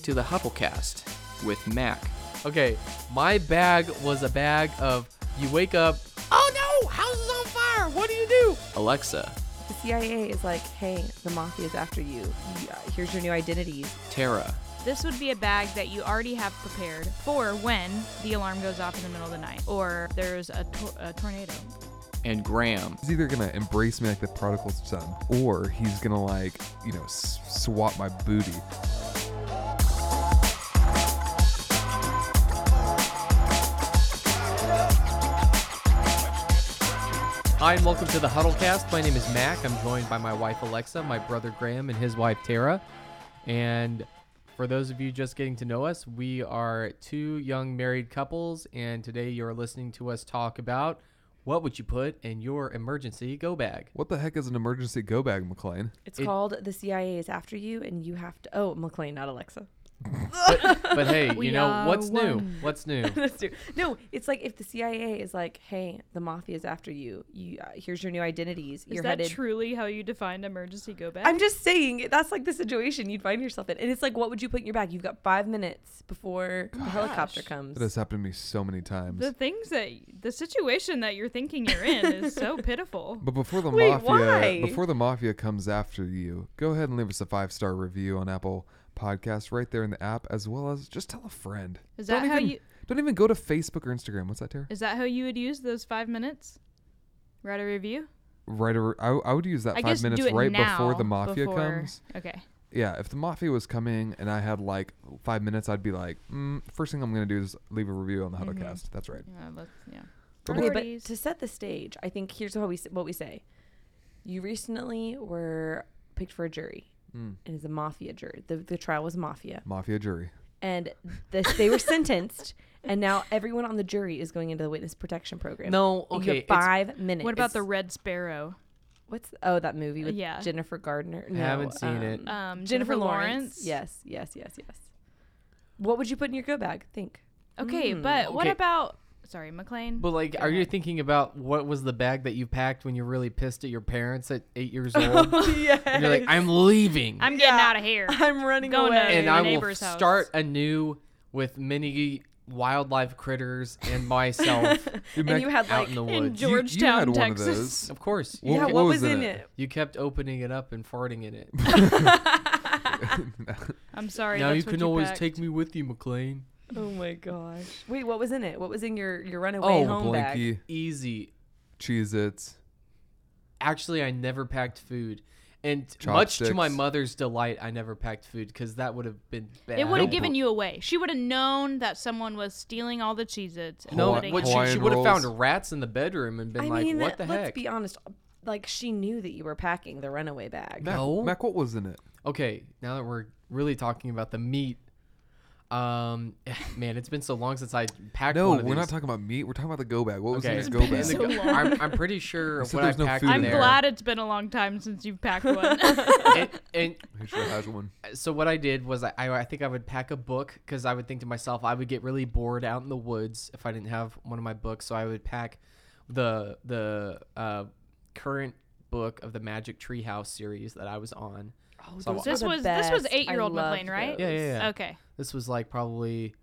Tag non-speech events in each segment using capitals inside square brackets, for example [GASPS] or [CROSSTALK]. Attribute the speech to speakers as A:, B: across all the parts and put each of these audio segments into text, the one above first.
A: to the Hupplecast with Mac.
B: Okay, my bag was a bag of you wake up, oh no, house is on fire, what do you do?
A: Alexa,
C: The CIA is like, hey, the mafia's after you. Yeah, Here's your new identities.
A: Tara,
D: This would be a bag that you already have prepared for when the alarm goes off in the middle of the night or there's a, tor- a tornado.
A: and Graham.
E: He's either gonna embrace me like the prodigal son, or he's gonna like, you know, s- swap my booty.
B: Hi, and welcome to the Huddlecast. My name is Mac. I'm joined by my wife Alexa, my brother Graham, and his wife Tara. And for those of you just getting to know us, we are two young married couples, and today you're listening to us talk about what would you put in your emergency go bag?
E: What the heck is an emergency go bag, McLean?
C: It's
B: It-
C: called the CIA is after you, and you have to. Oh, McLean, not Alexa. [LAUGHS]
B: But hey,
D: [LAUGHS] We
B: you know,
D: are
B: what's new?
D: one.
B: What's
D: [LAUGHS]
B: new?
C: That's true. No, it's like if the CIA is like, hey, the mafia's after you. You uh, here's your new identities.
D: Is
C: you're
D: that
C: headed.
D: truly how you define emergency go bag?
C: I'm just saying that's like the situation you'd find yourself in, and it's like, what would you put in your bag? You've got five minutes before the helicopter comes.
E: That has happened to me so many times.
D: the things that the situation that you're thinking you're in
E: [LAUGHS]
D: is so pitiful.
E: but before the
C: Wait,
E: mafia,
C: why?
E: before the mafia comes after you, go ahead and leave us a five star review on Apple Podcasts right there in the app, as well as just tell a friend.
D: Is that
E: don't
D: how
E: even,
D: you-
E: Don't even go to Facebook or Instagram. What's that, Tara?
D: Is that how you would use those five minutes? Write a review.
E: Right. Or, I, I would use that
D: I
E: Uh, five
D: guess
E: minutes
D: do it
E: right
D: now
E: before the mafia
D: before-
E: comes.
D: Okay.
E: Yeah, if the mafia was coming and I had like five minutes, I'd be like, mm, first thing I'm gonna do is leave a review on
C: Mm-hmm.
E: the Huddlecast. That's right.
D: Yeah, Uh, let's, yeah.
E: But
C: Okay, but
D: Priorities.
C: to set the stage, I think here's what we s- what we say. You recently were picked for a jury.
B: Hmm.
E: Mm.
C: It is a mafia jury. The, the trial was mafia,
E: Mafia jury.
C: [LAUGHS] and this, they were
D: [LAUGHS]
C: sentenced. And now everyone on the jury is going into the witness protection program.
B: No,
C: You have
B: okay. it's-
C: five minutes.
D: What about the Red Sparrow?
C: what's oh that movie with
D: Yeah.
C: Jennifer Gardner? No,
B: haven't seen it.
E: Mm.
D: Um,
C: Jennifer
D: Jennifer
C: Lawrence.
D: Lawrence?
C: Yes, yes, yes, yes. What would you put in your go bag? Think.
D: [LAUGHS] Okay,
C: Mm.
D: but what
B: Okay.
D: about? Sorry, McLean.
B: But like, are you thinking about what was the bag that you packed when you really pissed at your parents at eight
D: [LAUGHS]
B: years old? and you're like, I'm leaving,
D: Oh, I'm getting
C: Yeah.
D: out of
C: [LAUGHS]
D: here.
C: I'm running
D: Going to-
C: away.
B: and
D: your
B: I will
D: neighbor's house.
B: start anew with many wildlife critters and
D: [LAUGHS]
B: myself
E: Dude,
C: and
E: Mac,
C: you
E: [LAUGHS]
C: had
B: out
C: like
B: in the
D: in
B: woods.
D: Geor- Georgetown,
E: you, you had one of
D: Texas.
E: those.
B: of course,
E: Wha-
B: you,
C: yeah,
B: kept,
E: what
C: what
E: was
C: was
E: in
C: in
E: it?
C: it?
B: you kept opening it up and farting in it.
D: [LAUGHS]
C: [LAUGHS]
B: [LAUGHS]
D: I'm sorry.
B: now
D: that's
B: you
D: what
B: can always
D: packed.
B: take me with you, McLean.
C: Oh my gosh. Wait, what was in it? What was in your your runaway
B: Oh,
C: home bag?
E: Blinky,
B: Easy.
E: Cheez Its.
B: Actually, I never packed food. And much to my
E: Chopsticks.
B: mother's delight, I never packed food because that would have been bad.
D: It would have
E: Nope.
D: given you away. She would have known that someone was stealing all the Cheez-Its. and
B: No,
E: Hawaii-
D: putting
B: what
D: it-
B: she, she
E: Hawaiian
B: would have
E: rolls.
B: found rats in the bedroom and been
C: I
B: like,
C: mean,
B: "What the
C: let's
B: heck?"
C: be honest. Like she knew that you were packing the runaway bag.
E: Mac,
B: No.
E: Mac, what was in it?
B: okay, now that we're really talking about the meat, um, [LAUGHS] man, it's been so long since I packed.
E: No,
B: one
E: we're
B: of
E: not
B: these.
E: talking about meat. We're talking about the go bag. What was in
B: Okay,
E: his go
D: been
E: bag?
D: so-
B: And the go-
D: long.
B: I'm, I'm pretty sure
E: said
B: what I
E: there's no
B: packed
E: food
B: in
D: I'm
B: there.
D: glad it's been a long time since you've packed one.
B: [LAUGHS] and, and
E: I should have had one.
B: so what I did was I, I think I would pack a book because I would think to myself I would get really bored out in the woods if I didn't have one of my books. So I would pack the the uh, current book of the Magic Tree House series that I was on.
C: Oh,
B: So
C: those
D: this
C: were the
D: was- this was
C: best.
D: eight-year-old
C: I loved
D: McLean, right?
B: Yeah, yeah,
C: those.
B: yeah.
D: [LAUGHS] okay,
B: This was like probably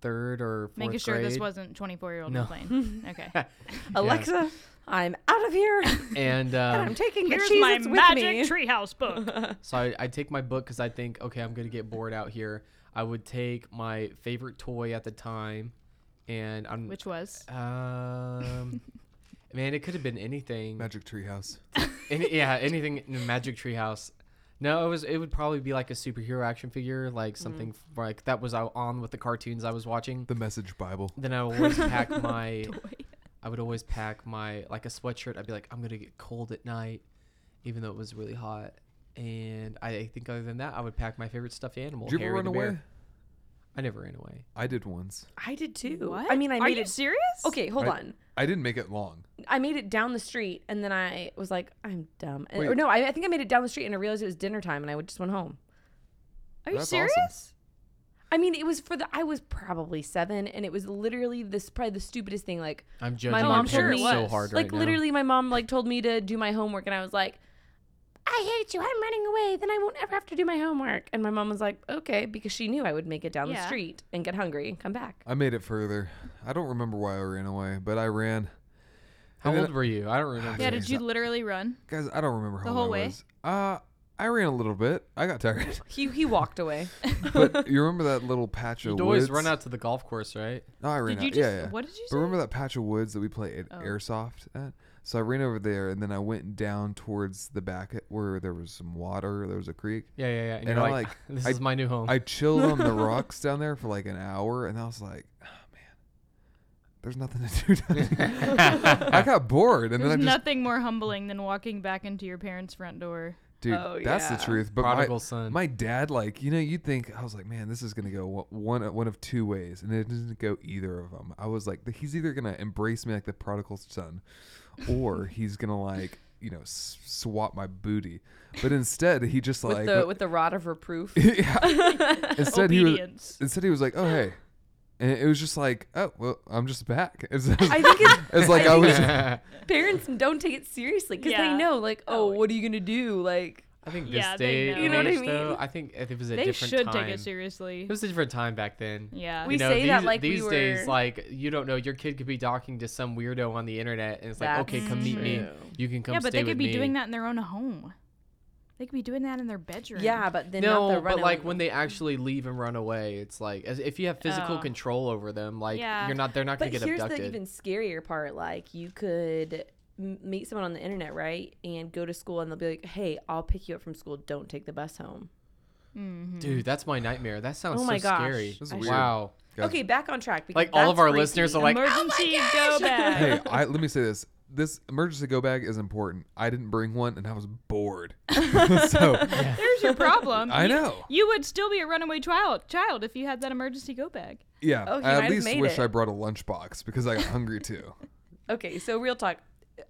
B: third or fourth
D: making sure this
B: grade.
D: wasn't 24-year-old
B: No.
E: [LAUGHS]
D: McLean. Okay.
C: Alexa, I'm out
B: [LAUGHS]
C: of here,
D: [LAUGHS]
B: And
C: and
B: um,
C: [LAUGHS] I'm taking the
D: Here's
C: cheese
D: my
C: with me.
D: magic treehouse book.
E: [LAUGHS]
B: So I, I take my book because I think, okay, I'm gonna get bored out here. I would take my favorite toy at the time, and I'm
D: Which was? [LAUGHS]
B: um, man, it could have been anything.
E: Magic Tree House.
B: Any, yeah, anything in the Magic Tree House. No, it was it would probably be like a superhero action figure,
C: Mm-hmm.
B: like something f- like that was out on with the cartoons I was watching.
E: The Message Bible.
B: Then I would
E: [LAUGHS]
B: always pack my, I would always pack my like a sweatshirt. I'd be like, I'm gonna get cold at night, even though it was really hot. And I, I think other than that, I would pack my favorite stuffed animal.
E: Did you ever
B: Harry
E: run
B: the bear.
E: away?
B: I never ran away.
E: I did once.
C: I did too.
D: What?
C: I mean, I
D: Are
C: made
D: you
C: it.
D: serious?
C: Okay, hold
E: I-
C: on.
E: I didn't make it long.
C: I made it down the street, and then I was like, I'm dumb. And,
E: Wait.
C: or no, I, I think I made it down the street, and I realized it was dinner time, and I would- just went home.
D: Are you
E: That's awesome.
D: serious?
C: I mean, it was for the. I was probably seven, and it was literally this probably the stupidest thing. Like
B: I'm judging
C: my
B: my,
C: mom
D: sure
C: told
B: parents
C: me
D: it
B: so
D: was.
B: hard
C: like
B: right now.
C: literally, my mom like told me to do my homework, and I was like, I hate you. I'm running away. Then I won't ever have to do my homework. And my mom was like, okay, because she knew I would make it down the
D: Yeah.
C: street and get hungry and come back.
E: I made it further. I don't remember why I ran away, but I ran.
B: How
E: And then-
B: old were you? I don't remember.
D: Yeah, did you literally run?
E: Guys, I don't remember how
D: The
E: long
D: whole
E: I
D: way?
E: was. Uh, I ran a little bit. I got tired.
C: [LAUGHS] He he walked away. [LAUGHS]
D: [LAUGHS]
E: but you remember that little patch of
B: You'd always
E: woods?
B: run out to the golf course, right?
E: No, I ran
D: Did you
E: out.
D: just?
E: yeah, yeah.
D: What did you
E: But
D: say?
E: remember that patch of woods that we play at
D: Oh.
E: airsoft at? So I ran over there and then I went down towards the back at- where there was some water, there was a creek.
B: Yeah, yeah, yeah. And,
E: And
B: you're
E: I
B: like,
E: like-
B: [LAUGHS] this
E: I-
B: is my new home.
E: I
D: [LAUGHS]
E: chilled on the rocks down there for like an hour and I was like, oh man, there's nothing to do down
B: [LAUGHS]
E: here." I got bored and
D: There's
E: then I just
D: nothing more humbling than walking back into your parents' front door.
E: dude,
C: Oh,
E: that's
C: yeah.
E: the truth. But my,
B: Prodigal son.
E: my dad, like, you know, you'd think I was like, man, this is gonna go wa- one one of two ways, and it didn't go either of them. I was like, he's either gonna embrace me like the prodigal son,
C: [LAUGHS]
E: or he's gonna like, you know, s- swap my booty. But instead, he just like,
C: with the with the rod
B: [LAUGHS]
C: of reproof.
E: [LAUGHS]
C: [LAUGHS]
E: yeah. instead he was
D: Obedience.
E: instead he was like, oh hey, and it was just like, oh well, I'm just back. [LAUGHS] It's,
C: I [LAUGHS] think it's
E: it's like I
C: I [LAUGHS]
E: was.
C: parents don't take it seriously because
D: Yeah.
C: they know, like,
D: Oh,
C: oh, what are you gonna do? Like,
B: I think this
D: Yeah, they
B: day,
D: know.
B: and
D: You know what I
B: age, though,
C: mean?
B: I think if it was a
D: They
B: different
D: should
B: time.
D: take it seriously.
B: It was a different time back then.
D: Yeah.
C: We say
B: these,
C: that like we
B: these days,
C: were-
B: like you don't know, your kid could be talking to some weirdo on the internet, and it's like,
C: That's
B: okay, come meet me.
C: true.
B: You can come.
D: yeah, but
B: stay
D: they could
B: with
D: be
B: me.
D: doing that in their own home. They could be doing that in their bedroom.
C: yeah, but then not
B: no,
C: the
B: but
C: runaway.
B: like when they actually leave and run away, it's like as if you have physical
D: Oh.
B: control over them, like
D: Yeah.
B: you're not, they're not
C: But
B: gonna
C: here's
B: get abducted.
C: the even scarier part. Like, you could m- meet someone on the internet, right, and go to school, and they'll be like, "Hey, I'll pick you up from school. Don't take the bus home."
B: Dude, that's my nightmare. That sounds
C: Hmm. Oh my
B: so
C: gosh.
B: scary.
E: This is
C: I
E: weird.
B: Wow.
E: Guys-
C: Okay, back on track. Because
B: Like all of
C: that's
B: our
C: freaky.
B: listeners are like, "Oh
D: Emergency go back.
E: hey, I, let me say this. This emergency go bag is important. I didn't bring one, and I was bored. [LAUGHS]
C: [LAUGHS]
E: so
D: There's [LAUGHS] your problem.
E: I
D: You-
E: know.
D: You, would still be a runaway child child if you had that emergency go bag.
E: Yeah,
C: Oh, he might
E: I at
C: have
E: least
C: made
E: wish
C: it.
E: I brought a lunchbox because I got hungry too.
C: okay, so real talk,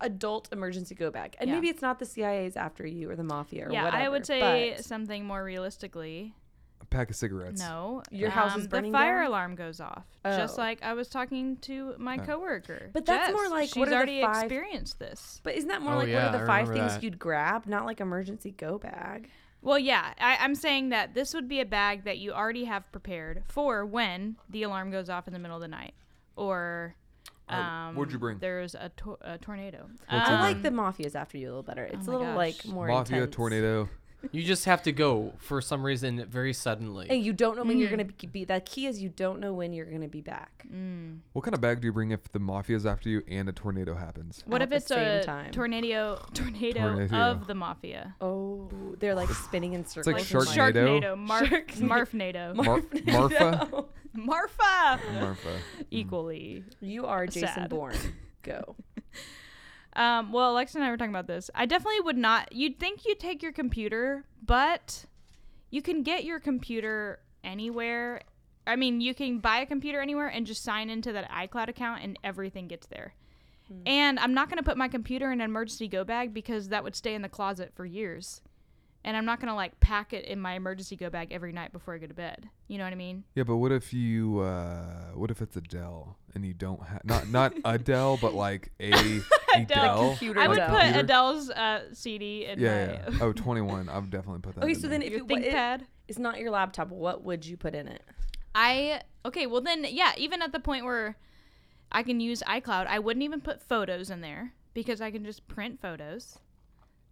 C: adult emergency go back, and
D: Yeah.
C: maybe it's not the CIA's after you or the mafia or
D: yeah,
C: whatever.
D: I would say
C: but-
D: something more realistically.
E: a pack of cigarettes.
D: No, Um,
C: Your house is burning
D: The fire
C: down?
D: alarm goes off. Just
C: Oh.
D: like I was talking to my coworker.
C: But that's
D: Jess.
C: more like,
D: she's
C: what are the
D: already
C: five-
D: experienced this.
C: But isn't that more
B: Oh,
C: like
B: yeah,
C: one of
B: I
C: the five
B: remember
C: things
B: that.
C: you'd grab, not like emergency go bag?
D: Well, yeah, I, I'm saying that this would be a bag that you already have prepared for when the alarm goes off in the middle of the night, or
E: Oh,
D: um,
E: what'd you bring?
D: There's a, to- a tornado.
C: I
D: Um, oh
C: like the mafias after you a little better. It's
D: my
C: a little
D: gosh.
C: like more
E: Mafia
C: intense.
E: tornado.
B: You just have to go for some reason very suddenly.
C: And you don't know when
D: Mm-hmm.
C: you're gonna be, be. That key is you don't know when you're gonna be back.
D: Mm.
E: What kind of bag do you bring if the mafia's after you and a
C: [LAUGHS]
E: tornado happens?
C: All
D: What if
C: at the
D: it's
C: same
D: a
C: time.
D: tornado, tornado
E: Tornado.
D: of the mafia?
C: Oh, they're like spinning in circles.
E: like
C: and
E: shark Sharknado.
D: Sharknado, Marf, Marfnado,
E: Mar-
D: [LAUGHS]
E: Marfa.
C: No.
D: Marfa,
E: Marfa.
D: equally.
C: You are Jason
D: Sad. [LAUGHS]
C: Bourne. Go.
D: Um, well, Alexa and I were talking about this. I definitely would not. You'd think you'd take your computer, but you can get your computer anywhere. I mean, you can buy a computer anywhere and just sign into that iCloud account, and everything gets there.
E: Hmm.
D: And I'm not going to put my computer in an emergency go bag because that would stay in the closet for years. And I'm not going to like pack it in my emergency go bag every night before I go to bed. You know what I mean?
E: Yeah, but what if you? uh What if it's Adele and you don't have not not Adele, but like a Adele.
C: computer
D: I would
E: Like
C: [LAUGHS] Adele.
D: put
E: computer?
D: Adele's uh, CD in [LAUGHS]
E: Yeah,
D: my
E: yeah. Oh, 21. I've definitely put that.
C: Okay,
E: in
C: so
E: there.
C: then if
D: your
C: it, wa- it-
D: ThinkPad.
C: it's not your laptop, what would you put in it?
D: I okay, well then yeah, even at the point where I can use iCloud, I wouldn't even put photos in there because I can just print photos.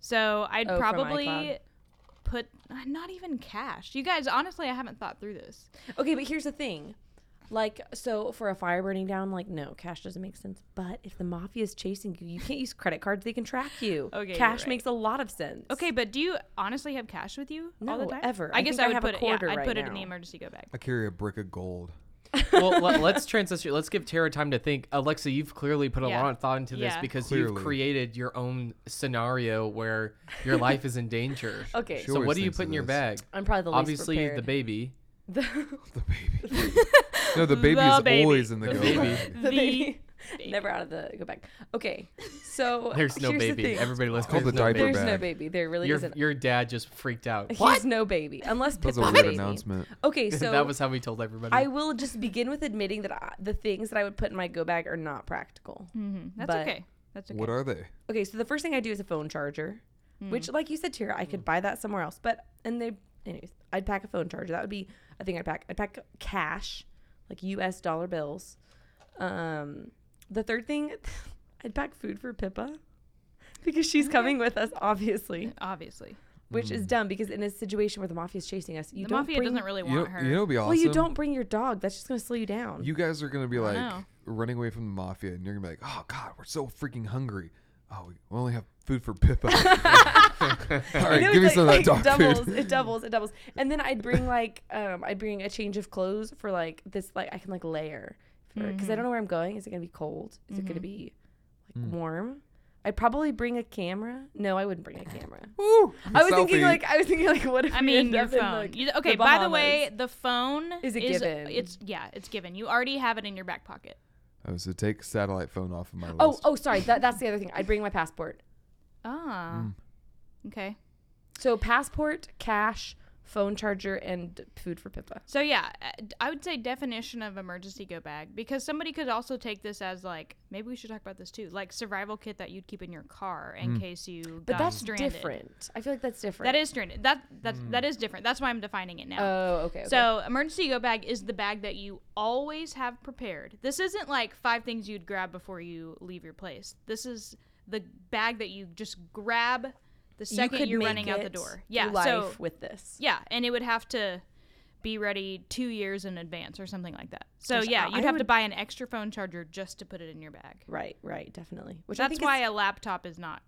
D: So I'd
C: Oh, from
D: probably
C: iCloud.
D: put uh, not even cash. You guys, honestly, I haven't thought through this.
C: Okay, but here's the thing. Like, so for a fire burning down, like, no, cash doesn't make sense. But if the mafia is chasing you, you can't use credit cards. They can track you.
D: [LAUGHS] Okay, you're
C: Cash
D: right.
C: makes a lot of sense.
D: Okay, but do you honestly have cash with you all the
C: No,
D: time?
C: ever.
D: I,
C: I
D: guess
C: think I
D: I would
C: have a
D: put it. Yeah,
C: quarter
D: I'd
C: right
D: put it in the
C: now.
D: emergency go
C: [LAUGHS]
D: bag.
E: I carry a brick of gold.
B: well, let, us transition. Let's give Tara time to think. Alexa, you've clearly put a
D: Yeah.
B: lot of thought into this
D: Yeah.
B: because
E: Clearly.
B: you've created your own scenario where your life is in danger.
C: [LAUGHS] Okay.
E: She
B: So what
E: always
B: do you
E: thinks
B: put
E: of
B: in your bag?
E: this.
C: I'm probably the least
B: Obviously, the
C: prepared.
B: baby.
C: [LAUGHS] The-
E: [LAUGHS]
C: [LAUGHS]
E: The baby. no, the baby
D: The
E: is
D: baby.
E: always in the,
B: The
E: go
B: baby.
E: bag.
C: the
D: [LAUGHS] The
C: baby. Never out of the go back. Okay, so
B: There's no
C: here's the
B: baby.
C: thing.
B: Everybody, let's
E: Called the
B: no
E: diaper
B: baby.
C: There's no
E: bag.
C: baby. There really
B: Your,
C: isn't. [LAUGHS]
B: your dad just freaked out. [LAUGHS]
C: He's no baby unless
E: That's
C: Pippa's
E: a
C: a
E: weird
C: baby.
E: announcement. [LAUGHS]
C: Okay, so
B: that was how we told everybody.
C: I will just begin with admitting that I, the things that I would put in my go bag are not practical.
D: That's
C: But-
D: okay. That's okay.
E: What are they?
C: Okay, so the first thing I do is a phone charger. Which, like you said, Tira, I
E: Hmm.
C: could buy that somewhere else. But and they, anyways, I'd pack a phone charger. That would be a thing I'd pack. I'd pack cash, like U.S. dollar bills. Um, the third thing, [LAUGHS] I'd pack food for Pippa because she's coming with us, obviously,
D: Obviously,
C: which
E: Mm.
C: is dumb because in a situation where the mafia's chasing us, you
D: the
C: don't
D: mafia
C: bring,
D: doesn't really
E: you know,
D: want her.
E: you know what'd be awesome.
C: Well, you don't bring your dog. That's just gonna slow you down.
E: You guys are gonna be like
D: know.
E: running away from the mafia, and you're gonna be like, "Oh God, we're so freaking hungry. Oh, we- we only have food for
C: [LAUGHS]
E: Pippa. [LAUGHS] All
C: I
E: right,
C: know,
E: give me
C: it's
E: some
C: like-
E: of that dog
C: it [LAUGHS] doubles,
E: food.
C: It doubles. It doubles. And then I'd bring like um, I'd bring a change of clothes for like this like I can like layer because I
D: Mm.
C: don't know where I'm going. Is it gonna be cold? Is it gonna
D: Mm-hmm.
C: be
E: Mm.
C: like warm? I'd probably bring a camera. No, I wouldn't bring a camera.
E: [LAUGHS] Woo,
C: I was
E: selfie.
C: thinking like I was thinking like what if
D: I
C: we
D: mean,
C: end
D: your
C: up in,
D: phone.
C: like,
D: You- okay, by the way,
C: Bahamas?
D: the phone uh,
C: Is a given.
D: It's yeah, it's given. You already have it in your back pocket.
E: Oh, so take satellite phone off of my
C: Oh,
E: list.
C: oh, sorry. That, that's the other thing. I'd bring my passport.
D: Ah, okay.
C: So passport, cash, phone charger, and food for Pippa.
D: So yeah, uh, d- I would say definition of emergency go bag because somebody could also take this as like maybe we should talk about this too, like survival kit that you'd keep in your car in case you
C: But
D: got
C: that's
D: stranded.
C: different. I feel like that's different.
D: That is stranded. That that that is different. That's why I'm defining it now.
C: Oh, okay. okay.
D: So, emergency go bag is the bag that you always have prepared. This isn't like five things you'd grab before you leave your place. This is the bag that you just grab the second you are running out the door. Yeah.
C: life
D: so
C: with this.
D: yeah, and it would have to be ready two years in advance or something like that. So
C: Gosh,
D: yeah,
C: I-
D: you'd
C: I
D: have to
C: would-
D: buy an extra phone charger just to put it in your bag.
C: Right, right, definitely. Which I
D: That's
C: think
D: why
C: is,
D: a laptop is not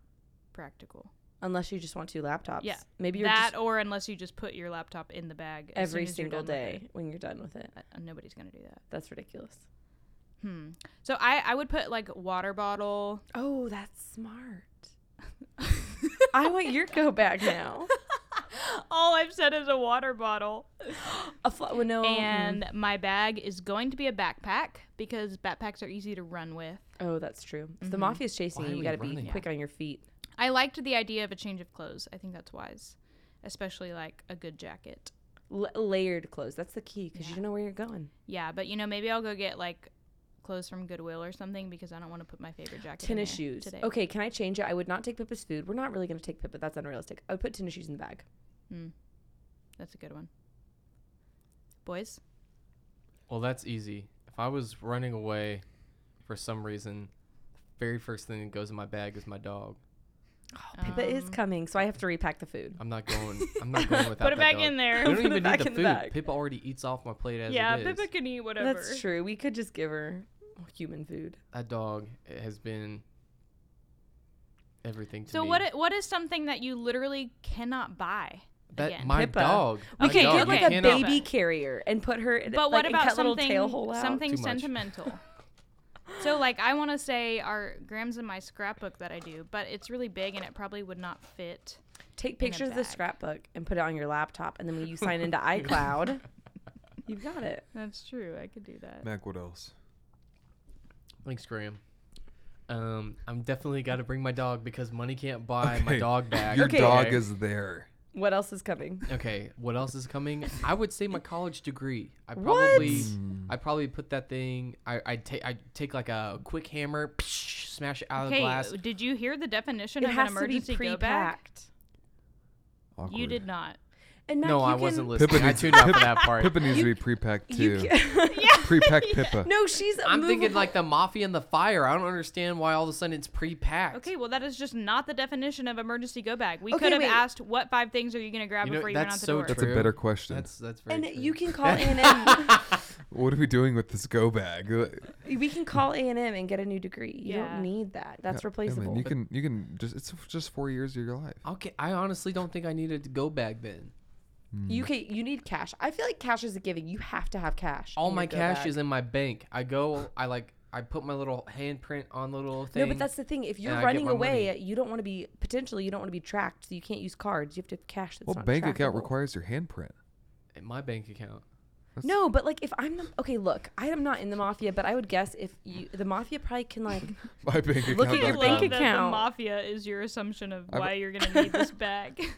D: practical.
C: unless you just want two laptops.
D: Yeah,
C: maybe you're
D: that
C: just
D: or unless you just put your laptop in the bag as soon
C: every
D: as you're
C: single
D: done with
C: day when you're done with it.
D: it. Uh, Nobody's gonna do that.
C: That's ridiculous.
D: Hmm. So I, I would put like water [LAUGHS] bottle.
C: Oh, that's smart. I want your go bag now.
D: [LAUGHS] All I've said is a water bottle.
C: A fl- well, no.
D: And my bag is going to be a backpack because backpacks are easy to run with.
C: oh, that's true. If
D: Mm-hmm.
C: the mafia's chasing
E: Why
C: you,
E: are
C: you
E: we
C: got to be
E: running?
C: quick on your feet.
D: I liked the idea of a change of clothes. I think that's wise, especially like a good jacket.
C: L- layered clothes. That's the key because you don't know where you're going.
D: Yeah, but you know maybe I'll go get like clothes from Goodwill or something because I don't want to put my favorite jacket. in
C: Tennis
D: there
C: shoes.
D: today.
C: Okay, can I change it? I would not take Pippa's food. We're not really going to take Pippa. That's unrealistic. I would put tennis shoes in the bag.
D: Hmm. that's a good one. Boys,
B: Well, that's easy. If I was running away for some reason, the very first thing that goes in my bag is my dog.
C: Oh, Pippa
D: Um,
C: is coming, so I have to repack the food.
B: I'm not going. I'm not
C: [LAUGHS]
B: going without.
D: put it
B: that
D: back
B: dog.
D: in there.
B: We don't
C: Put it
B: even
C: back
B: need the
C: in the
B: food.
C: bag.
B: Pippa already eats off my plate [LAUGHS] as
D: yeah,
B: it is.
D: Pippa can eat whatever.
C: That's true. We could just give her human food.
B: That dog has been everything to
D: So
B: me.
D: what? i- What is something that you literally cannot buy?
B: that
D: again?
B: my
C: Pippa.
B: dog.
C: We
B: my
D: Okay,
C: could
B: dog,
C: get
D: you're
B: you
C: like a
B: cannot-
C: baby carrier and put her. In,
D: But
C: like,
D: what
C: and
D: about
C: cut little
D: something
C: tail hole out.
D: something
B: Too much.
D: sentimental?
B: [LAUGHS]
D: so like I want to say our grams in my scrapbook that I do, but it's really big and it probably would not fit.
C: Take pictures of the
D: bag.
C: scrapbook and put it on your laptop, and then when you
B: [LAUGHS]
C: sign into iCloud, you've got it.
D: That's true. I could do
C: oh.
D: that.
E: Mac, what else?
B: Thanks, Graham. Um, I'm definitely got to bring my dog because money can't buy my
E: Okay,
B: dog back.
E: Your
C: Okay.
E: dog is there.
C: What else is coming?
B: Okay, what else is coming? I would say my college degree. I
C: What?
B: probably
E: Hmm.
B: I probably put that thing I I take I take like a quick hammer, smash it out of the
D: Okay,
B: glass.
D: did you hear the definition
C: It
D: of an
C: has to be
D: emergency go bag?
C: pre-packed.
E: Awkward.
D: You did not.
C: And Mac,
B: no,
C: you
B: I
C: can-
B: wasn't listening.
E: Pippa
B: I
E: needs,
B: tuned out
E: Pippa-
B: for
E: [LAUGHS]
B: that part.
E: Pippa needs to be pre-packed
C: You
E: too.
C: can-
E: [LAUGHS] Pre-packed Pippa.
C: [LAUGHS] no, she's.
B: I'm thinking
C: movable.
B: like the mafia and the fire. I don't understand why all of a sudden it's pre-packed.
D: Okay, well that is just not the definition of emergency go bag. We
C: Okay,
D: could have
C: wait.
D: asked what five things are you going to grab
B: You know,
D: before you run
B: that's
D: out the
B: so
D: door.
E: That's
B: True.
E: a better question.
B: That's that's very.
C: And
B: true.
C: you
B: [LAUGHS]
C: can call A and M.
E: What are we doing with this go bag? You
C: We can call A and M and get a new degree. You
D: Yeah.
C: don't need that. That's replaceable.
E: you can, you can just. It's just four years of your life.
B: Okay, I honestly don't think I needed to go bag then.
C: You can, you need cash. I feel like cash is a giving. You have to have cash.
B: All
C: in
B: my
C: your go
B: cash
C: bag.
B: is in my bank. I go, I like, I put my little handprint on the little thing.
C: No, but that's the thing. If you're
B: and I get
C: running
B: my
C: away, you don't want to be potentially you don't want to be tracked, so you can't use cards. You have to have cash that's
E: Well,
C: not
E: bank account
C: trackable.
E: requires your handprint. [LAUGHS]
B: in my bank account.
C: No, but like if I'm the okay, look, I am not in the mafia, but I would guess if you the mafia probably
B: [LAUGHS]
C: can like
E: My bank account.
C: Look at your
D: [LAUGHS] I
E: dot
C: bank
D: love
E: com.
D: that The
C: account.
D: mafia is your assumption of
E: I've-
D: why you're going
B: [LAUGHS]
D: to need this bag. [LAUGHS]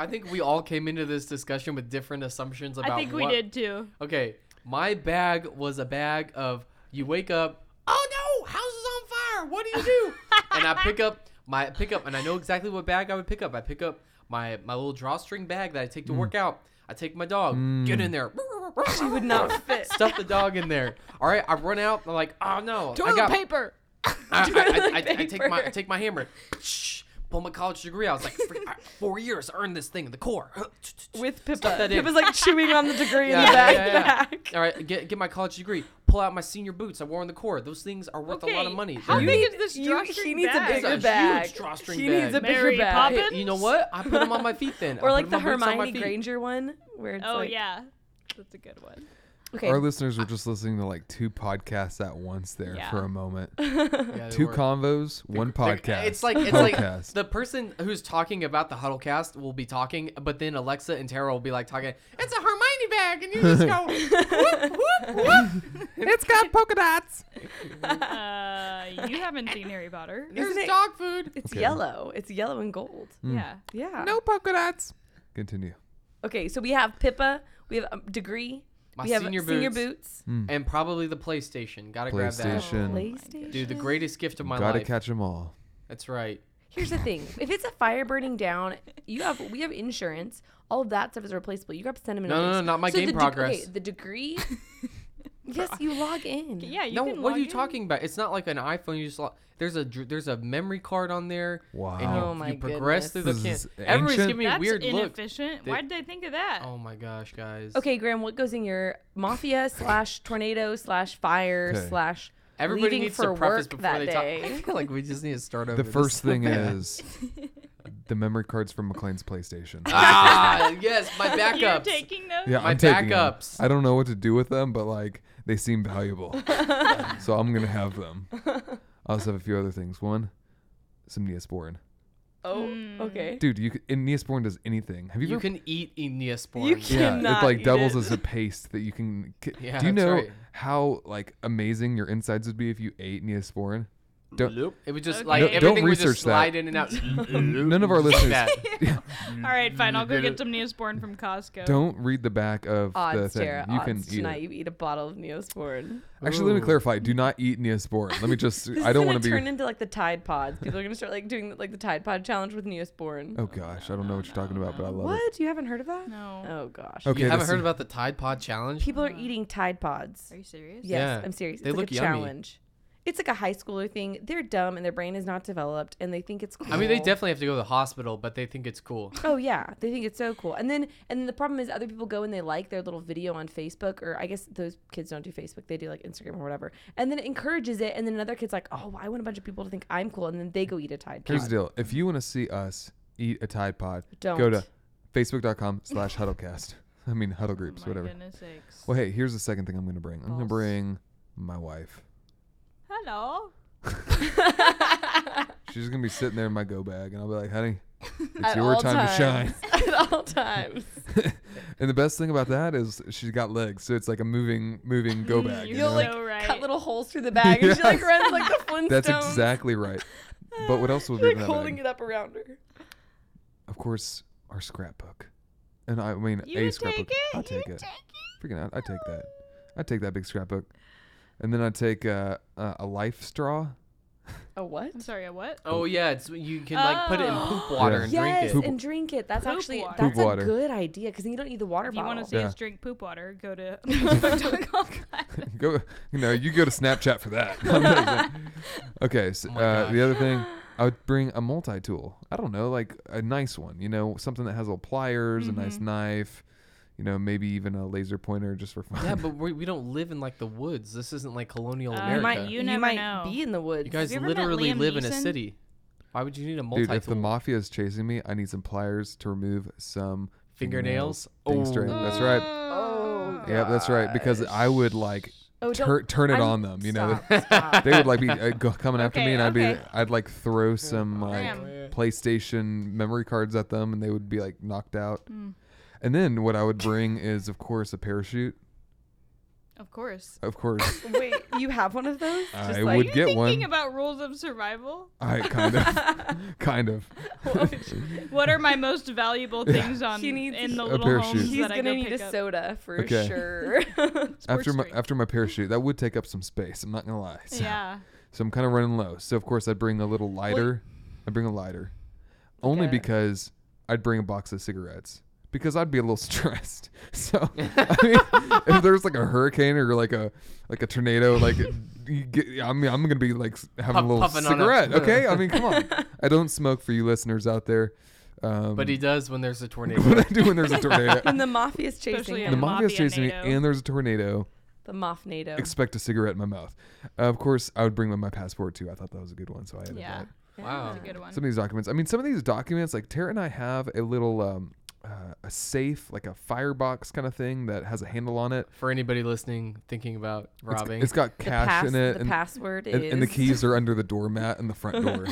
B: I think we all came into this discussion with different assumptions about.
D: I think we
B: what-
D: did too.
B: Okay, my bag was a bag
C: [LAUGHS]
B: of you wake up. Oh no, house is on fire! What do you do? and I pick up my pick up, and I know exactly what bag I would pick up. I pick up my my little drawstring bag that I take to work out. I take my dog, get in there, [LAUGHS]
C: She would not fit.
B: stuff the dog in there. All right, I run out. I'm like, oh no, I
D: Toilet
B: got
C: [LAUGHS]
D: paper.
B: [LAUGHS] I, I, I, I, I take my I
C: paper.
B: take my hammer, shh, pull my college degree. I was like, "Freak, I- four years, earn this thing in the core. [LAUGHS]
C: With
B: Stuff
C: Pippa.
B: that in.
C: Pippa's like chewing on the degree
B: [LAUGHS]
C: in
B: Yeah,
C: the back.
B: yeah, yeah.
C: back.
B: All right, get get my college degree. Pull out my senior boots I wore in the core. Those things are worth a lot of
D: Okay,
B: money.
D: how
B: They're-
D: big is this
C: you-
D: drawstring
C: he needs a
B: It's
D: bag?
B: a
C: bigger
B: huge
C: bag.
B: drawstring
C: he
B: bag.
C: needs a bigger
D: Mary
C: bag.
D: Poppins?
B: Hey, you know what? I put them on my feet
C: [LAUGHS]
B: then.
C: Or
B: I
C: like
B: put
C: the
B: 'em on boots on my
C: Hermione
B: feet.
C: Granger one, where it's
D: Oh
C: like,
D: yeah, that's a good one. [LAUGHS]
C: Okay, [LAUGHS]
E: Our listeners were just listening to like two podcasts at once there
D: Yeah.
E: for a moment.
B: Yeah, they
E: two
B: were.
E: convos, one
B: Like,
E: podcast.
B: It's like it's like
E: Podcast.
B: [LAUGHS] the person who's talking about the huddlecast will be talking, but then Alexa and Tara will be like talking. It's a Hermione bag, and you just
C: [LAUGHS]
B: go.
E: it's got polka dots.
D: Uh, you haven't seen Harry Potter.
B: Here's
C: Isn't it-
B: dog food.
C: it's
E: Okay.
C: yellow. It's yellow and gold.
E: Hmm.
D: Yeah.
C: Yeah.
E: polka dots. Continue.
C: Okay, so we have Pippa. We have um, degree.
B: My
C: we have
B: senior
C: senior
B: boots.
C: boots. Oh,
B: And probably the PlayStation. Gotta grab that.
E: Mm. PlayStation.
C: PlayStation.
B: Dude, the greatest gift of my
E: Gotta
B: life.
E: catch them all.
B: That's right.
C: Here's the thing: if it's a fire burning down, you have we have insurance. All of that stuff is replaceable. You grab cinnamon.
B: No, no,
C: rolls.
B: no, not my game
C: the deg-
B: progress.
C: okay, the
B: [LAUGHS]
C: degree. yes, you log in.
D: Yeah. You
B: no,
D: can
B: what
D: log
B: are you
D: in.
B: talking about? It's not like an iPhone. You just lo- there's a dr- there's a memory card on there. And you,
E: Wow.
C: Oh my
B: you progress
C: goodness.
B: through the
E: This
B: can-
E: is
B: Everybody's
E: ancient.
B: giving me
D: That's
B: weird looks.
D: inefficient.
B: They-
D: Why'd they think of that?
B: Oh my gosh, guys.
C: Okay, Graham, what goes in your mafia slash tornado slash fire
E: Okay.
C: slash
B: Everybody
C: leaving
B: needs
C: for
B: to preface
C: work
B: before
C: that
B: they
C: day?
B: talk. [LAUGHS] I feel like we just need to start over.
E: The
B: This
E: first
B: so
E: thing
B: bad. [LAUGHS]
E: is the memory cards from McLean's PlayStation.
B: ah yes,
C: [LAUGHS]
B: my
D: You're
B: backups.
D: taking those.
E: yeah,
B: my
E: I'm taking 'em.
B: backups.
E: I don't know what to do with them, but like they seem
C: [LAUGHS]
E: valuable, so I'm gonna have them. I also have a few other things. One, some Neosporin.
C: Oh, okay.
E: Dude, you c- and Neosporin does anything. Have you,
B: you
E: ever?
B: can eat in Neosporin.
C: You
E: yeah,
C: cannot
E: it like
C: eat
E: doubles
C: it.
E: as a paste that you can. c-
B: [LAUGHS] Yeah,
E: do you
B: that's
E: know
B: right.
E: how like amazing your insides would be if you ate Neosporin? Don't,
B: It would just
D: Okay.
B: like
D: Don't-
B: everything
E: don't
B: would
E: research
B: just slide in and
C: [LAUGHS]
B: out.
E: None of our listeners-
D: All right, fine. I'll go get some Neosporin from Costco.
E: don't read the back of the
C: Odds,
E: thing.
C: Tara.
E: you
C: odds
E: can eat
C: tonight
E: it.
C: you eat a bottle of Neosporin.
E: Actually, let me
B: Ooh.
E: clarify. Do not eat Neosporin. Let me
C: [LAUGHS]
E: just.
C: This
E: I don't
C: is gonna
E: want to be.
C: turn into like the Tide Pods. People are gonna start like doing like the Tide Pod challenge with Neosporin.
E: oh gosh, I don't know what you're talking about, but I love it.
C: what? You haven't heard of that?
D: No.
C: Oh gosh.
E: Okay,
B: you haven't
E: this
B: heard
E: is-
B: about the Tide Pod challenge?
C: People are eating Tide Pods.
D: Are you serious?
C: Yes,
B: Yeah.
C: I'm serious. It's
B: They
C: like
B: look
C: a
B: yummy.
C: challenge. It's like a high schooler thing. They're dumb and their brain is not developed and they think it's cool.
B: I mean, they definitely have to go to the hospital, but they think it's cool.
C: Oh yeah, they think it's so cool. And then and then the problem is other people go and they like their little video on Facebook or I guess those kids don't do Facebook. They do like Instagram or whatever. And then it encourages it and then another kid's like, "Oh, I want a bunch of people to think I'm cool." And then they go eat a Tide Pod.
E: Here's the deal. If you want to see us eat a Tide Pod, go
C: Don't.
E: to facebook.com [LAUGHS] slash huddlecast. I mean, huddle groups,
D: Oh My
E: whatever.
D: goodness sakes.
E: Well, hey, here's the second thing I'm going to bring. I'm going to
C: Balls.
E: bring my wife.
D: Hello.
C: [LAUGHS]
E: She's going to be sitting there in my go bag, and I'll be like, honey, it's
C: At
E: your
C: all
E: time to
D: [LAUGHS]
E: shine.
C: times. At all times.
E: And the best thing about that is she's got legs, so it's like a moving,
D: [LAUGHS]
E: moving go bag. you
D: Mm, You're
E: know?
D: so right.
C: Cut little holes through the bag and she like runs like the Flintstones.
E: That's exactly right. But what else will be
C: like
E: in that
C: holding
E: bag?
C: it up around her.
E: Of course, our scrapbook. And I mean,
D: You
E: a
D: would
E: scrapbook.
D: take it.
E: I'll
D: you
E: take
D: would
E: it. Freaking out. I take that. I take that big scrapbook. And then I take uh, uh, a life straw. [LAUGHS]
C: A what?
D: I'm sorry. A what?
B: Oh yeah, it's you can like put it in poop water
E: Yeah. [GASPS]
B: and
C: yes,
B: drink it.
C: and drink it. That's
D: Poop
C: actually
D: water.
C: that's
E: Poop water.
C: a good idea because then you don't need the water
D: If you
C: bottle.
D: want to see
E: Yeah.
D: us drink poop water, go
E: [LAUGHS]
D: to Facebook.com.
E: go, you know, you go to Snapchat
D: [LAUGHS]
E: for that. [LAUGHS] okay. So,
B: Oh my
E: uh, the
B: gosh.
E: other thing, I would bring a multi tool. I don't know, like a nice one. You know, something that has little pliers, a nice knife. You know, maybe even a laser pointer just for fun.
B: Yeah, but we, we don't live in like the woods. This isn't like colonial
D: Uh,
B: America.
D: you might- you never
C: might
D: know.
C: be in the woods.
B: You guys
D: you ever met
B: literally
D: Liam
B: live in a
D: Neeson?
B: city. Why would you need a multi
E: [LAUGHS] Dude,
B: tool?
E: if the mafia is chasing me, I need some pliers to remove some
B: Fingernails?
E: Things
B: Oh.
E: straight. That's right.
C: Oh,
E: Yeah, that's right. Because I would like
C: Oh, don't-
E: tur- turn it
C: I'm-
E: on them. You know,
C: stop, stop.
E: [LAUGHS] they would like be uh, go- coming after me,
D: Okay,
E: and I'd be
D: okay.
E: I'd like throw some like
D: Damn.
E: PlayStation memory cards at them, and they would be like knocked out.
D: Hmm,
E: And then what I would bring is, of course, a parachute.
D: Of [LAUGHS] course.
E: Of course,
C: Wait,
E: [LAUGHS]
C: you have one of those?
E: I
C: like- [LAUGHS]
E: would get
D: Thinking
E: one.
D: about rules of survival.
E: I kind of, [LAUGHS] kind of.
D: [LAUGHS]
C: oh,
E: [LAUGHS]
D: What are my most valuable things on
C: She needs-
D: in the
E: A
D: little
E: parachute.
D: homes
C: He's
D: that I
C: gonna
D: go
C: need
D: pick
C: a
D: up?
C: soda for
E: Okay.
D: [LAUGHS]
C: sure.
D: Sports
E: After my
D: drink.
E: after my parachute, that would take up some space. I'm not gonna lie. So, [LAUGHS]
D: yeah.
E: so I'm kind of running low. So of course, I'd bring a little lighter. I bring a lighter, only
C: Okay.
E: because I'd bring a box of cigarettes because I'd be a little [LAUGHS] stressed.
B: [LAUGHS]
E: So I mean, if there's like a hurricane or like a like a tornado,
B: [LAUGHS]
E: like you get, I mean, I'm gonna be like s- having
B: Puff-
E: a little
B: puffing on a- [LAUGHS]
E: cigarette. okay, I mean, come on. I don't smoke for you listeners out there. Um,
B: But he
E: [LAUGHS]
B: does when there's a tornado.
E: what I do when
B: [LAUGHS]
E: there's a tornado.
C: when the mafia's chasing
D: Especially
C: him,
D: in
E: [LAUGHS] the
D: a
E: mafia's
D: mafia
E: chasing me,
D: NATO.
E: and there's a tornado.
C: the moth nato.
E: Expect a cigarette in my mouth. Uh, of course, I would bring my- my passport too. I thought that was a good one, so I added
D: Yeah.
E: that.
B: Wow.
D: That's a good one.
E: some of these documents. I mean, some of these documents, like Tara and I have a little um, uh, a safe, like a firebox kind of thing that has a handle on it.
B: For anybody listening, thinking about
E: It's-
B: robbing.
E: it's got
C: The
E: cash
C: pass-
E: in it,
C: The
E: and,
C: password
E: and,
C: is
E: and the keys are under the doormat and the front door.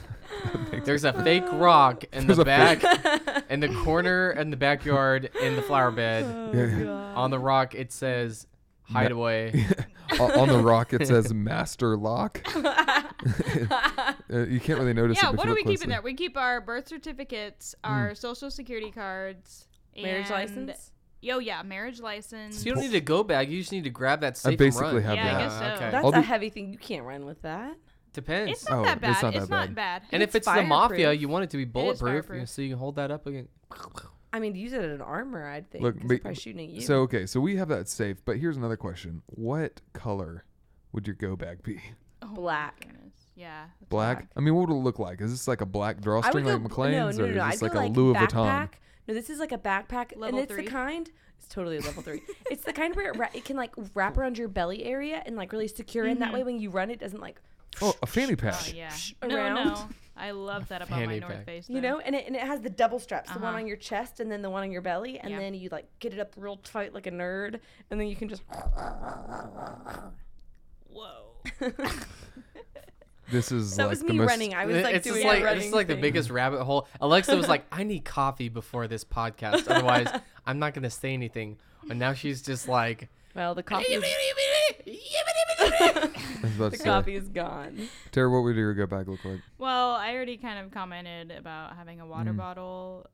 E: [LAUGHS]
B: there's a fake rock in
E: There's
B: the
E: a
B: back,
D: [LAUGHS]
B: in the corner, in the backyard, in the flower bed.
C: [LAUGHS] Oh,
E: Yeah, yeah.
C: God.
B: On the rock, it says
E: Ma-
B: hideaway.
E: O- on the rock,
C: [LAUGHS]
E: it says "Master Lock." [LAUGHS]
D: [LAUGHS]
E: Uh, you can't really notice
D: yeah,
E: it. if
D: what
E: you
D: do
E: look
D: we keep in
E: closely.
D: there? We keep our birth certificates,
E: Hmm.
D: our social security cards,
C: marriage
D: and-
C: license.
D: Yo, yeah, marriage license.
B: So you don't need a go bag. You just need to grab that safe. and
E: basically
B: run.
E: have
D: Yeah, I
E: that.
D: guess so.
B: Okay.
C: That's
E: All
C: a
E: the-
C: heavy thing. You can't run with that.
B: Depends.
D: It's not
E: Oh,
D: that bad. It's not, bad.
B: and if
C: it's
B: it's the mafia,
C: fireproof.
B: you want it to be bulletproof,
D: fireproof.
B: so you can hold that up again.
C: I mean, use it as an armor. I'd think.
E: Look,
C: 'cause they're
E: but-
C: probably shooting at you.
E: So okay, so we have that safe, but here's another question: What color would your go bag be?
D: Oh my
C: Black.
D: goodness. Yeah. that's
E: Black? I mean, what would it look like? Is this like a black
C: I
E: drawstring
C: would go,
E: like McLean's,
C: no, no, no,
E: or is
C: no. I'd
E: this like
C: go
E: a Louis Vuitton?
C: backpack. No, this is like a backpack, and
D: Level
C: it's
D: three?
C: the kind. It's totally a level three. it's the kind where it, ra- it can like wrap around your belly area and like really secure in.
D: Mm-hmm.
C: That way, when you run, it doesn't like
E: Oh, a fanny pack.
D: Oh, yeah.
C: around.
D: No, no. [LAUGHS] I love that about my
B: fanny
D: North
B: pack.
D: Face.
C: You
D: though.
C: know, and it, and it has the double straps, the one
D: Uh-huh.
C: on your chest and then the one on your belly, and
D: Yeah.
C: then you like get it up real tight like a nerd, and then you can just. [LAUGHS]
D: Whoa.
E: This is
C: that
E: like
C: was
E: the
C: me
E: most,
C: running. I was like
B: it's
C: doing
B: just
C: a
B: like,
C: running
B: it's like the
C: thing.
B: biggest rabbit hole. Alexa was like, I need coffee before this podcast. Otherwise, I'm not going to say anything. And now she's just like,
C: Well, the coffee. Is, [LAUGHS]
E: I was about
C: the
E: to say.
C: coffee is gone.
E: Tara, what would your go bag look like?
D: Well, I already kind of commented about having a water bottle.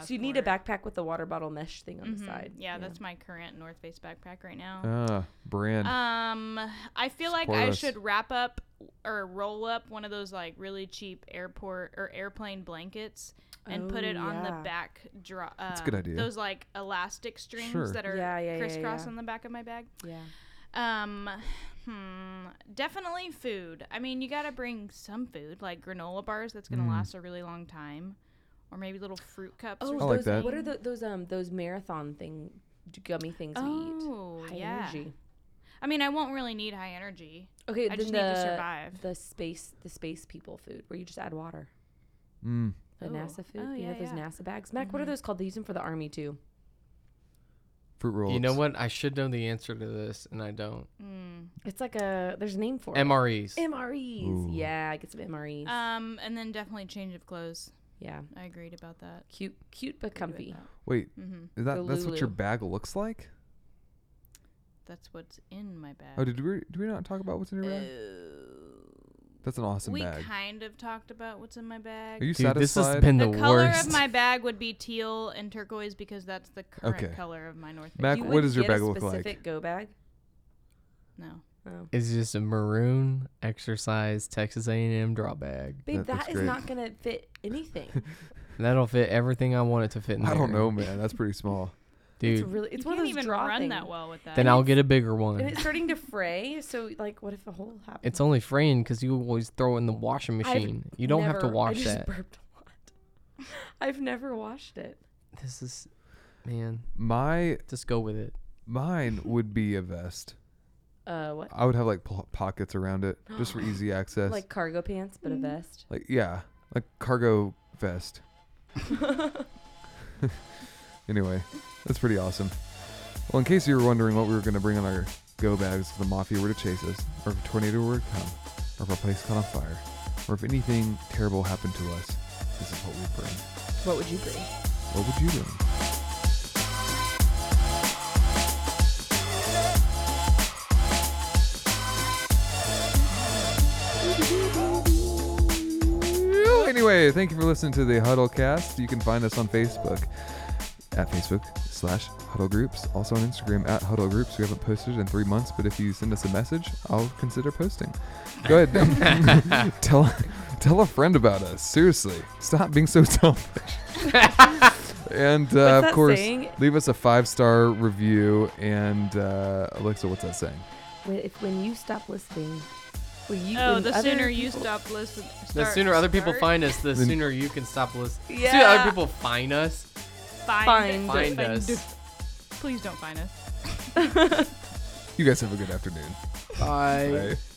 C: So you need a
D: passport.
C: backpack with the water bottle mesh thing on
D: Mhm.
C: the side.
D: Yeah, that's my current North Face backpack right now.
E: Ah, brand.
C: uh,
D: Um, I feel like
E: Spoil
D: I
E: us.
D: should wrap up or roll up one of those like really cheap airport or airplane blankets and put it
C: Oh,
D: on
C: yeah.
D: the back draw. Uh,
E: a good idea.
D: Those like elastic strings
E: Sure.
D: that are
C: Yeah, yeah, yeah,
D: crisscross
C: yeah.
D: on the back of my bag.
C: yeah.
D: Um, hmm, definitely food. I mean, you gotta bring some food, like granola bars. That's
E: Mm.
D: gonna last a really long time, or maybe little fruit cups.
C: Oh,
D: or
E: I like
C: those,
E: that.
C: What are tho- those um those marathon thing gummy things
D: Oh,
C: we eat? High
D: yeah.
C: energy.
D: I mean, I won't really need high energy.
C: Okay,
D: I
C: then
D: just
C: the,
D: need to survive.
C: The space the space people food where you just add water.
E: Mm.
C: The
D: Ooh.
C: NASA food.
D: Oh,
C: you know
D: yeah,
C: those
D: yeah. Mm-hmm.
C: NASA bags. Mac, what are those called? They use them for the army too.
E: Fruit roll.
B: you know what? I should know the answer to this, and I don't.
D: Mm.
C: It's like a there's a name for it.
B: MREs.
C: MREs.
E: Ooh.
C: Yeah, I get some MREs.
D: Um, and then definitely change of clothes.
C: yeah,
D: I agreed about that.
C: cute, cute but comfy.
E: Wait,
D: Mm-hmm.
E: is that
C: The
E: that's what your
C: Lulu.
E: bag looks like?
D: That's what's in my bag.
E: Oh, did we did we not talk about what's in your
C: Uh,
E: bag? That's an awesome
D: we
E: bag.
D: kind of talked about what's in my bag.
E: Are you
B: Dude, this
E: satisfied?
B: has been
D: the,
B: the,
D: color
B: worst.
D: of my bag would be teal and turquoise because that's the current
E: Okay.
D: color of my North Face.
E: Mac,
C: You
E: what
C: would
E: does your
C: get a
E: bag look like?
C: Specific go bag.
D: no.
C: Oh.
B: It's just a maroon exercise Texas A&M draw bag.
C: Babe,
E: That looks
C: that is
E: great.
C: not gonna fit anything.
B: That'll fit everything I want it to fit in
E: I don't
B: there.
C: [LAUGHS]
E: know, man. That's pretty small.
B: Dude,
C: it's really, it's
D: you
C: one of
D: can't
C: those
D: even
C: draw
D: run
C: things.
D: that well with that.
B: then I'll get a bigger one.
C: And it's starting to fray. So like, what if a hole happens?
B: It's only fraying because you always throw it in the washing machine. you don't have to
C: Never- I
B: wash
C: just
B: that.
C: burped a lot. [LAUGHS] I've never washed it.
B: This is, man,
E: My
B: just go with it.
E: mine would be a vest.
C: Uh, what?
E: I would have like po- pockets around it just for
C: [GASPS]
E: easy access.
C: Like cargo pants, but a
D: Mm.
C: vest.
E: Like yeah, like cargo vest. anyway, that's pretty awesome. Well, in case you were wondering what we were going to bring on our go bags if the mafia were to chase us, or if a tornado were to come, or if our place caught on fire, or if anything terrible happened to us, this is what we bring.
C: What would you
B: Uh,
C: bring?
E: What would you do? Anyway, thank you for listening to the Huddlecast. You can find us on Facebook at Facebook slash Huddle Groups. Also on Instagram at Huddle Groups. We haven't posted in three months, but if you send us a message, I'll consider posting. Go ahead. [LAUGHS] tell, Tell a friend about us. Seriously, stop being so [LAUGHS] selfish. and uh,
C: that
E: of course,
C: saying?
E: leave us a five star review. And uh, Alexa, what's that saying?
C: When, if when you stop listening, when you,
D: Oh,
C: when
D: the
C: other
D: sooner you
C: people-
D: stop listening.
B: The sooner other people find us, the
E: Then-
B: sooner you can stop listening. The sooner
C: Yeah.
B: other people find us,
D: find,
C: Find.
B: find us.
D: Please don't find us.
E: You guys have a good afternoon.
B: Bye.
E: Bye.